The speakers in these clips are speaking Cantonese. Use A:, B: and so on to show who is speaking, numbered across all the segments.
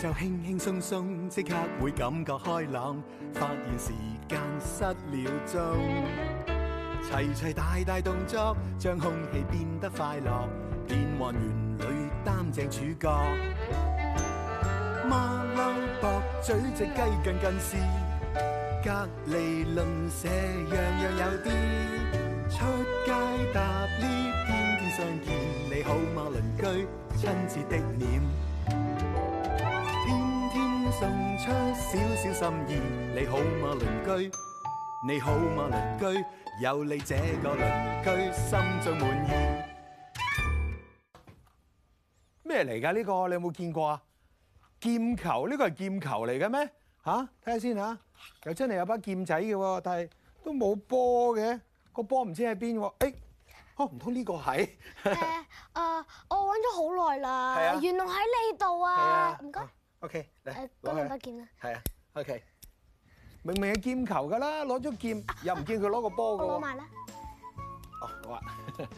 A: 就輕輕鬆鬆，即刻會感覺開朗，發現時間失了蹤。齊齊大大動作，將空氣變得快樂，變幻園裏擔正主角。馬騮駁嘴隻雞近近視，隔離鄰舍樣樣有啲。出街搭 lift，天天相見，你好嗎鄰居？親切的臉。送出少少心意，你好嗎鄰居？你好嗎鄰居？有你這個鄰居，心中滿意。
B: 咩嚟㗎？呢個你有冇見過啊？劍球呢個係劍球嚟嘅咩？吓，睇下先吓，又真係有把劍仔嘅喎，但係都冇波嘅，個波唔知喺邊喎。誒，哦唔通呢個係？
C: 誒
A: 呃
C: 啊！
A: 哦
C: 我揾咗好耐啦，
D: 啊
C: 原來喺呢度啊！唔該。
B: O.K.
C: 嚟攞兩把劍啦。
B: 係啊，O.K. 明明係劍球㗎啦，攞咗劍又唔見佢攞個波㗎 喎。
C: 攞埋啦。
B: 哦，好啊。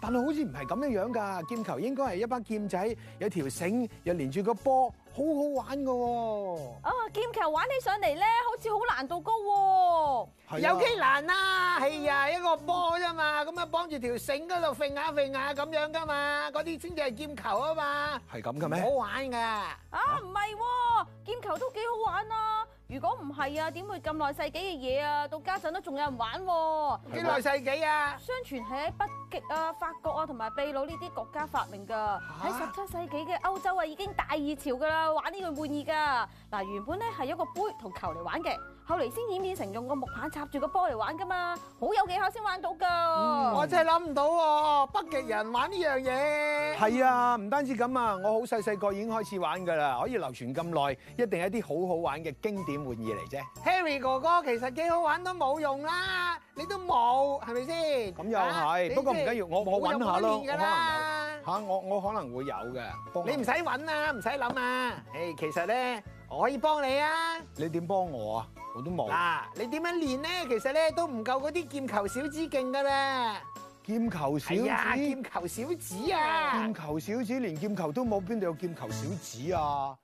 B: 但係好似唔係咁樣樣㗎，劍球應該係一把劍仔，有條繩又連住個波，好好玩㗎喎。
E: 啊，劍球玩起上嚟咧，好似好難度高喎。
B: 有幾難啊？係啊，一個波啫嘛，咁啊綁住條繩嗰度揈下揈下咁樣㗎嘛，嗰啲先至係劍球啊嘛。係咁嘅咩？好玩㗎。
E: 啊，唔係喎，劍球都幾好玩啊！如果唔係啊，點會咁耐世紀嘅嘢啊？到家陣都仲有人玩喎。
B: 幾耐世紀啊？
E: 相傳係喺北極啊、法國啊同埋秘魯呢啲國家發明㗎。喺十七世紀嘅歐洲啊，已經大熱潮㗎啦，玩呢個玩意㗎。嗱，原本咧係一個杯同球嚟玩嘅，後嚟先演變成用個木棒插住個波嚟玩㗎嘛，好有技巧先玩到
F: 嗯
E: 㗎。
B: 我真係諗唔到喎，北極人玩呢樣嘢。係啊，唔單止咁啊，我好細細個已經開始玩㗎啦，可以流傳咁耐，一定係一啲好好玩嘅經典玩意嚟啫。Harry 哥哥其實幾好玩都冇用啦，你都冇係咪先？咁又係，不過唔緊要，我我揾下咯，我可能有嚇，我我可能會有嘅。你唔使揾啊，唔使諗啊。誒，其實咧，我可以幫你啊。你點幫我啊？我都冇。嗱，你點樣練咧？其實咧都唔夠嗰啲劍球小子勁㗎啦。劍球小子，劍球小子啊！劍球小子連劍球都冇，邊度有劍球小子啊？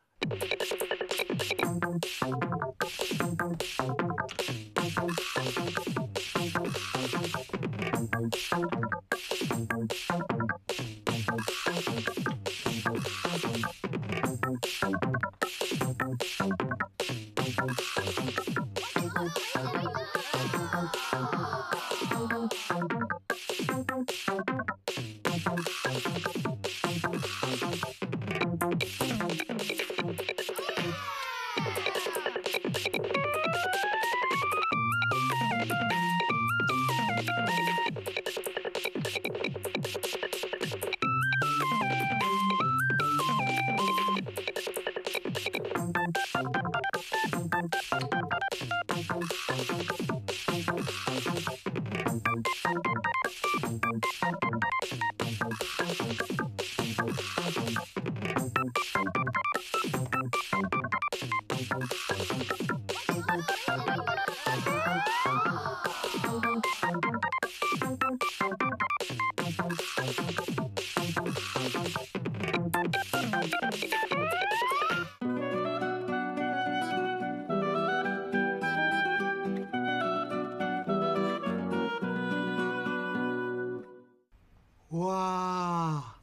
A: 哇，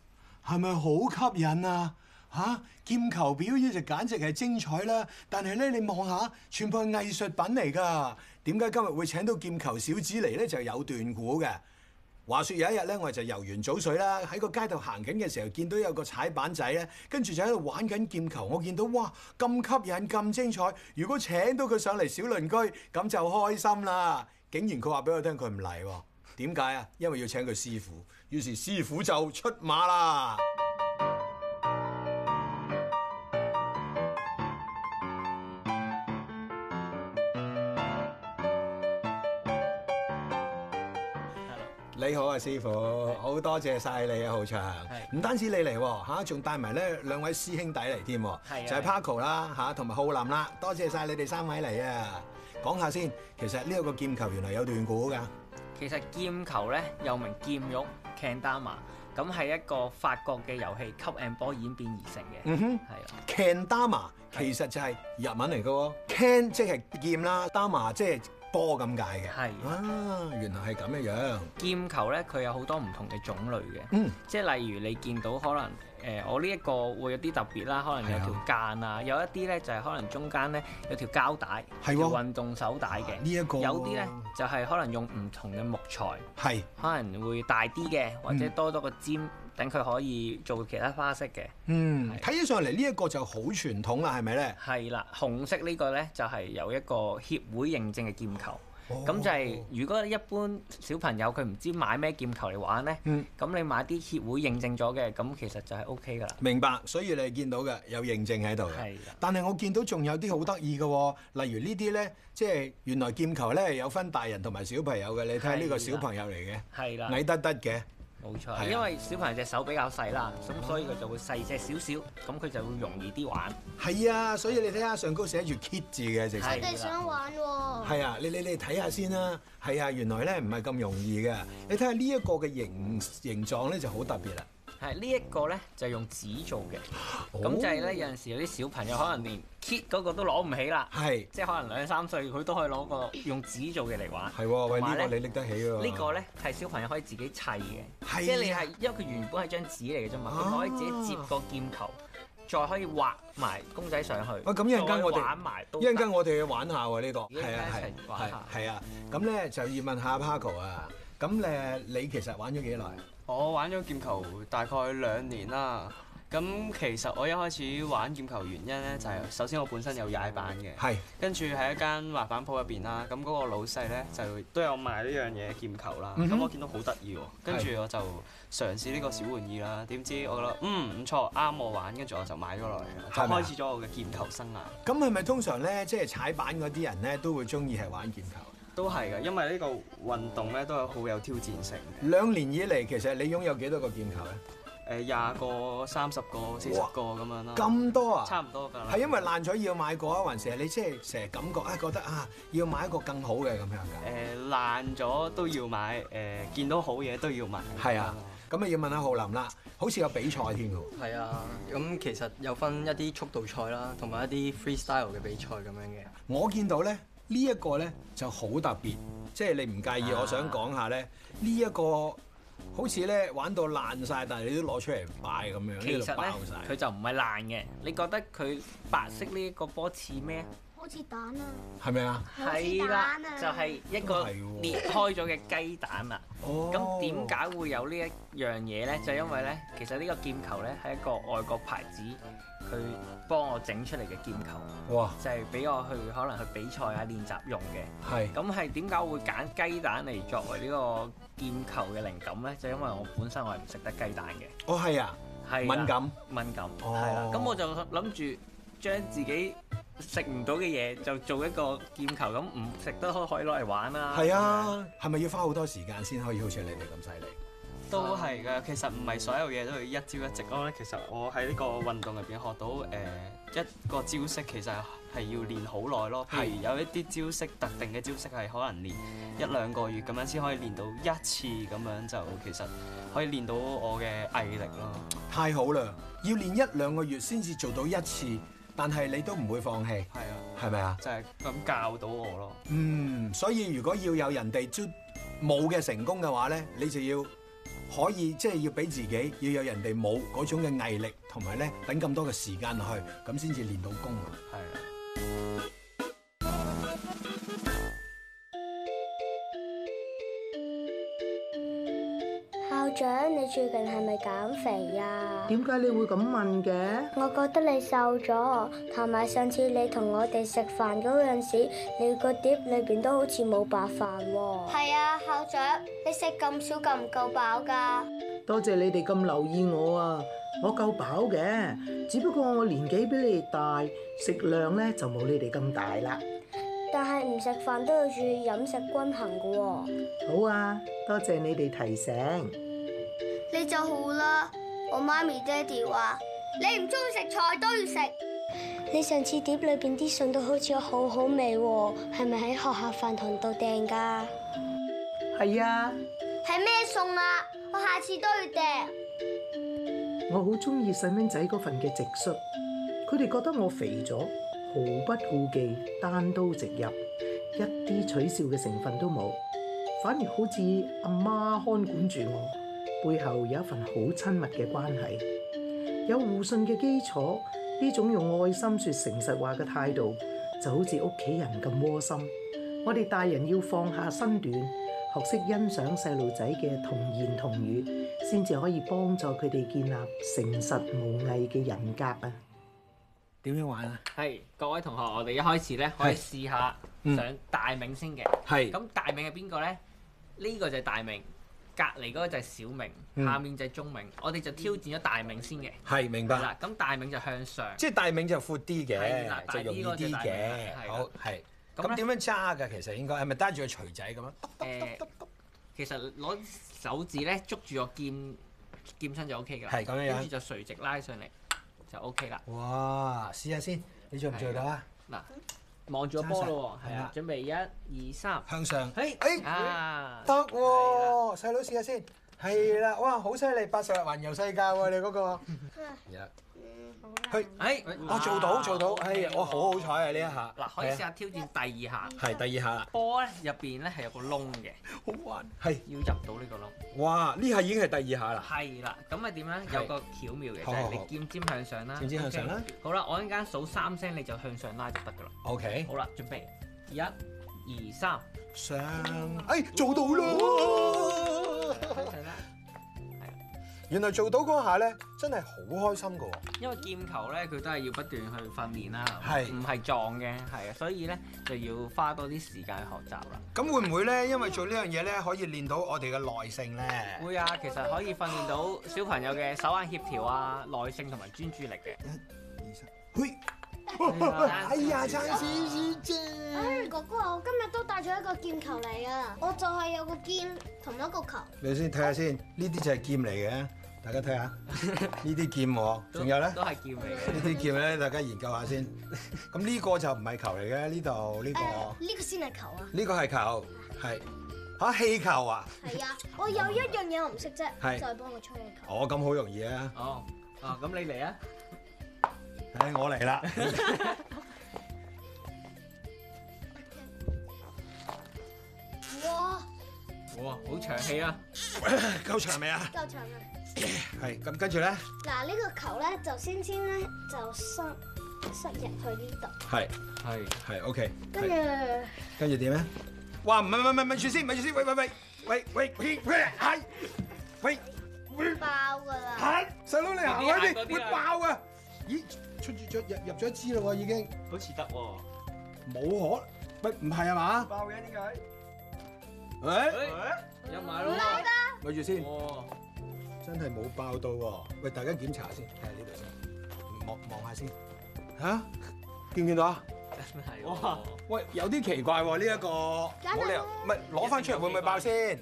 A: 係咪好吸引啊？嚇、啊，劍球表演就簡直係精彩啦！但係咧，你望下，全部係藝術品嚟㗎。點解今日會請到劍球小子嚟咧？就有段故嘅。話說有一日咧，我就遊完早水啦，喺個街度行緊嘅時候，見到有個踩板仔咧，跟住就喺度玩緊劍球。我見到哇，咁吸引，咁精彩。如果請到佢上嚟小鄰居，咁就開心啦。竟然佢話俾我聽，佢唔嚟喎。點解啊？因為要請佢師傅，於是師傅就出馬啦。你好啊，師傅，好多謝晒你啊，浩翔。唔單止你嚟喎，嚇，仲帶埋咧兩位師兄弟嚟添，就係 Paco 啦嚇，同埋浩林啦，多謝晒你哋三位嚟啊！講下先，其實呢一個劍球原來有段故㗎。
D: 其實劍球咧又名劍玉 Kendama 咁係一個法國嘅遊戲 Cup and Ball 演變而成嘅，
B: 嗯哼
D: 係啊啦，
B: ，Kendama 其實就係日文嚟嘅喎，Ken 即係劍啦，Dama 即係波咁解嘅。
D: 係
B: 啊，原來係咁嘅樣。
D: 劍球咧佢有好多唔同嘅種類嘅，
B: 嗯，
D: 即係例如你見到可能誒、呃我呢一個會有啲特別啦，可能有條間啊，有一啲咧就係、可能中間咧有條膠帶，
B: 係喎啊
D: 條運動手帶嘅，
B: 呢一個
D: 有啲咧就係、可能用唔同嘅木材，
B: 係
D: 可能會大啲嘅，或者
B: 嗯
D: 多多個尖，等佢可以做其他花式嘅。
B: 嗯，
D: 係
B: 睇起上嚟呢一個就好傳統啦，係咪咧？
D: 係啦，紅色呢個呢，就係、有一個協會認證嘅劍球，
B: 哦
D: 咁、就
A: 哦
D: 係如果一般小朋友佢唔知買咩劍球嚟玩呢，咁、
B: 嗯
D: 你買啲協會認證咗嘅，咁其實就係 O K 噶啦。
B: 明白，所以你係見到嘅有認證喺度嘅
D: 係啦。
B: 但係我見到仲有啲好得意嘅喎，例如呢啲咧，即係原來劍球咧有分大人同埋小朋友嘅。你睇下呢個
D: 係啦
B: 小朋友嚟
D: 係
B: 嘅，
D: 啦，
B: 矮得得嘅，
D: 冇
B: 係啊
D: 錯，因為小朋友隻手比較細啦，咁所以佢就會細隻少少，咁佢就會容易啲玩。
B: 係啊，所以你睇下上高寫住 kid 字嘅，直
D: 係
B: 情
A: 真係想玩喎。
B: 係啊，你你你睇下先啦，係啊，原來咧唔係咁容易嘅。
D: 嗯
B: 你睇下呢一個嘅形形狀咧就好特別啦。
D: 係呢一個呢，就係用紙做嘅，咁、
B: 哦
D: 就係呢，有陣時有啲小朋友可能連 kit 嗰個都攞唔起啦，
B: 係
D: 即係可能兩三歲佢都可以攞個用紙做嘅嚟玩。
B: 係喎，喂
D: 同
B: 呢
D: 埋
B: 個
D: 呢
B: 你拎得起喎。
D: 呢個咧係小朋友可以自己砌嘅，
B: 啊係
D: 即係你係因為佢原本係張紙嚟嘅啫嘛，
B: 啊
D: 佢可以自己接個劍球，再可以畫埋公仔上去。
B: 喂啊咁一陣間我哋
D: 再玩埋都
B: 一
D: 得
B: 陣間我哋去玩下喎呢個，啊
D: 一陣間一齊玩下
B: 係啊，咁咧就要問下 Paco 啊，咁誒你其實玩咗幾耐？
G: 我玩咗劍球大概兩年啦。咁其實我一開始玩劍球原因咧，就係、首先我本身有踩板嘅，
B: 係
G: 跟住喺一間滑板鋪入邊啦。咁嗰個老細咧就都有賣呢樣嘢劍球啦。咁、
B: 嗯哼
G: 我見到好得意喎，跟住我就嘗試呢個小玩意啦。點知我覺得嗯唔錯，啱我玩，跟住我就買咗落嚟啦，就
B: 係咪啊
G: 開始咗我嘅劍球生涯。
B: 咁係咪通常咧即係踩板嗰啲人咧都會中意係玩劍球？
G: 都係嘅，因為呢個運動咧都係好有挑戰性嘅。
B: 兩年以嚟其實你擁有幾多個劍球咧？
G: 誒廿個、三十個、四十個咁樣啦，
B: 咁多
G: 差
B: 啊？
G: 唔多㗎啦。
B: 係因為爛咗要買過啊，還是係你即係成日感覺啊覺得啊要買一個更好嘅咁樣㗎？
G: 誒爛咗都要買，誒見到好嘢都要買。
B: 係啊，咁啊要問下浩林啦，好似有比賽添㗎喎。
H: 係啊，咁其實有分一啲速度賽啦，同埋一啲 freestyle 嘅比賽咁樣嘅。
B: 我見到咧呢一個咧就好特別，即係你唔介意，
D: 啊
B: 我想講下咧呢一個好似咧玩到爛晒，但係你都攞出嚟擺咁樣，
D: 其
B: 呢度
D: 實
B: 爆
D: 咧
B: 晒。
D: 佢就唔係爛嘅，你覺得佢白色呢一個波似咩？
A: 好似蛋啊！
B: 係咪啊？
D: 係啦
A: 好似蛋，啊
D: 就係一
B: 都
D: 個
B: 哦係喎
D: 裂開咗嘅雞蛋啦。
B: 哦
D: 咁點解會有呢一樣嘢呢？就因為呢，其實呢個劍球呢係一個外國牌子，佢幫我整出嚟嘅劍球。
B: 哦哇，
D: 就係俾我去可能去比賽啊練習用嘅。
B: 係
D: 咁係點解我會揀雞蛋嚟作為呢個劍球嘅靈感呢？就因為我本身我係唔食得雞蛋嘅，
B: 哦係啊，
D: 係啦
B: 敏感
D: 敏感
B: 哦
D: 係
H: 啊
D: 啦。咁我就諗住將自己食唔到嘅嘢就做一個劍球咁，唔食得可可以攞嚟玩啦。
B: 係啊，係咪要花好多時間先可以好似你哋咁犀利？
G: 都係㗎。其實唔係所有嘢都要一朝一夕咯。其實我喺呢個運動入邊學到誒、一個招式，其實係要練好耐咯。譬如有一啲招式特定嘅招式係可能練一兩個月咁樣先可以練到一次咁樣，就其實可以練到我嘅毅力咯。
B: 太好啦，要練一兩個月先至做到一次，但係你都唔會放棄，
G: 係啊，
B: 係咪啊？
G: 就係、咁教到我咯。
B: 嗯，所以如果要有人哋都冇嘅成功嘅話咧，你就要可以即係、要俾自己要有人哋冇嗰種嘅毅力，同埋咧等咁多嘅時間落去，咁先至練到功啊！
G: 係啊。
C: 校長，你最近係咪減肥啊？
F: 點解你會咁問嘅？
C: 我覺得你瘦咗，同埋上次你同我哋食飯嗰陣時，你個碟裏邊都好似冇白飯喎。
A: 係啊，校長，你食咁少夠唔夠飽㗎？
F: 多謝你哋咁留意我啊！我夠飽嘅，只不過我年紀比你哋大，食量咧就冇你哋咁大啦。
C: 但係唔食飯都要注意飲食均衡㗎喎。
F: 好啊，多謝你哋提醒。
A: 你就好啦。我媽咪爹哋話：你唔中意食菜都要食。
C: 你上次碟裏邊啲餸都好似好好味喎，係咪喺學校飯堂度訂㗎？
F: 係啊，
A: 係咩餸啊？我下次都要訂。
F: 我好中意細蚊仔嗰份嘅直率，佢哋覺得我肥咗，毫不顧忌，單刀直入，一啲取笑嘅成分都冇，反而好似阿媽看管住我，背後有一份好親密嘅關係，有互信嘅基礎，呢種用愛心説誠實話嘅態度，就好似屋企人咁窩心。我哋大人要放下身段，學識欣賞細路仔嘅童言童語，先至可以幫助佢哋建立誠實無偽嘅人格啊！
B: 點樣玩啊？
D: 係各位同學，我哋一開始咧可以試下
B: 嗯
D: 上大名先嘅。
B: 係
D: 咁大名係邊個咧？呢、個就係大名，隔離嗰個就係小名，
B: 嗯
D: 下面就係中名。我哋就挑戰咗大名先嘅。
B: 係明
D: 係啦，咁大名就向上。
B: 即係大名就闊啲
D: 係啦
B: 嘅，
D: 大
B: 就容易
D: 啲嗰隻
B: 啲
D: 大名係
B: 嘅。
D: 啦
B: 好係。
D: 咁
B: 咁
D: 咧
B: 點樣揸㗎？其實應該係咪揸住個錘仔咁樣？
D: 誒，其實攞手指咧捉住個劍劍身就 O K 㗎啦。
B: 係咁樣樣
D: 跟住就垂直拉上嚟就 O K 啦。
B: 哇！試下先，你做唔做到啊？
D: 嗱，望住個波咯喎，係
B: 係
D: 啊
B: 啦，
D: 準備一二三，
B: 向上。
D: 嘿，
B: 哎
D: 啊
B: 得，喎，細佬試下先。係啦，哇，好犀利！八十日環遊世界喎，你嗰個。去，
D: 哎，
B: 我做到，做到，
D: 哎
B: 哎，我好好彩啊！呢一下。
D: 嗱，可以試
B: 係啊。
D: 下挑戰第二下。
B: 係第二下啦，
D: 波咧入邊咧係有個窿嘅，
B: 好玩。係，
D: 要入到呢個窿。
B: 哇！呢下已經係第二下啦。
D: 係啦，咁啊點咧？
B: 係
D: 有個巧妙嘅就
B: 好好
D: 係
B: 好
D: 你劍尖向上啦，
B: 劍尖向上啦
D: OK。好啦，我一陣間數三聲你就向上拉就得㗎啦。
B: OK，
D: 好啦，準備一、二、三，
B: 上，哎，做到啦！
D: 向上啦。
B: 原來做到嗰下咧，真係好開心噶喎。
D: 因為劍球咧，佢都係要不斷去訓練啦，
B: 係
D: 唔係撞嘅，係啊，所以咧就要花多啲時間去學習啦。
B: 咁會唔會咧？因為做呢樣嘢咧，可以練到我哋嘅耐性咧。
D: 會啊，其實可以訓練到小朋友嘅手眼協調啊、耐性同埋專注力嘅。
B: 嘿，哎呀，爭少少啫。
C: 唉，哥哥啊，我今日都帶咗一個劍球嚟啊！我就係有個劍同一個球。
B: 你先睇下先，呢啲就係劍嚟嘅，大家睇下。呢啲劍喎，
D: 都
B: 仲有咧，
D: 都
B: 呢
D: 係劍嚟嘅。
B: 啲劍咧，大家研究下先。咁呢個就唔係球嚟嘅，呢度呢
C: 誒，
B: 個
C: 呢個先係球啊！
B: 呢個係球，係嚇氣球啊！
C: 係啊，我有一樣嘢我唔識啫，
B: 係
C: 就係幫我吹氣球。
B: 哦，咁好容易啊！
D: 哦，啊，咁你嚟啊！
B: 唉，我嚟啦。
C: 哇，
D: 哇，好長氣啊！
B: 夠長未啊？
C: 夠長啦！
B: 係咁，跟住咧，
C: 嗱，呢個球咧就先先咧就塞塞入去呢度，
B: 係
D: 係
B: 係 OK，
C: 跟住
B: 跟住點咧？哇！唔係唔係唔係，咪住先，咪住先，喂喂喂喂喂喂喂，係喂喂
C: 爆噶啦！
B: 係，細佬你行開
D: 快啲行
B: 啲，
D: 多啲
B: 啊會
D: 啦
B: 爆啊！咦，出咗入入咗一支嘞喎，已經
G: 好似得喎。
B: 冇可，喂唔係啊嘛？
G: 爆嘅點解？
B: 誒，
D: 誒，有哎埋咯
C: 拉
D: 喎！
B: 咪住先，
G: 哦
D: 哇，
B: 真係冇爆到喎。喂，大家檢查先，睇下呢度先，望望下先。嚇，見唔見到啊？
D: 真 係
G: 哇
D: 哇！
B: 喂，有啲奇怪喎，呢一個
C: 梗係啦
B: 冇理由，唔係攞翻出嚟會唔會爆先？
C: 誒，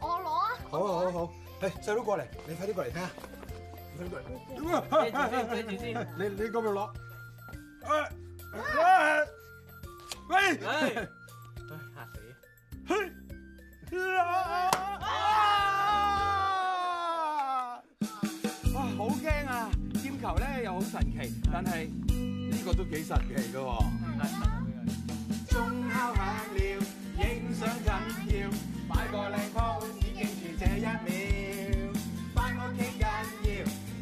C: 我攞啊！
B: 好啊好啊好，誒細佬過嚟，你快啲過嚟睇下，你快啲過
D: 遮住先，
B: 嚟，
D: 遮住先。
B: 你你嗰邊攞，誒誒 喂，
D: 唉，唉嚇死！
B: 啊哇好驚啊！劍球咧又好神奇，但係呢個都幾神奇㗎喎。鐘敲響了，影相緊要，擺個靚 pose 以記住這一秒。翻屋企緊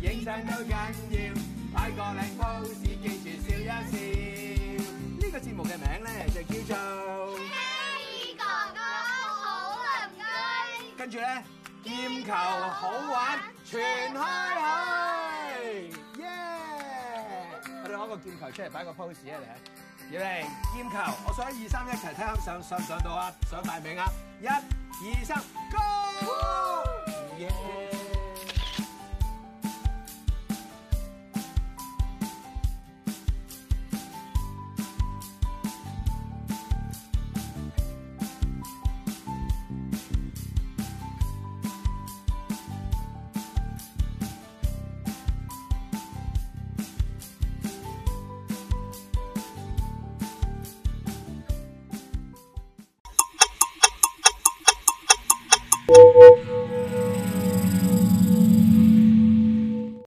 B: 要，影相都緊要，擺個靚 pose 以記住笑一笑。呢個節目嘅名咧就叫做，
C: Harry 哥哥啊好啊鄰居，
B: 跟住咧劍球好玩，傳開去，耶！我哋攞個劍球出嚟擺個 pose 啊，你睇，要嚟劍球，我數一二三一齊睇下上上唔上到啊，上大名啊，一、二、三，Go！耶！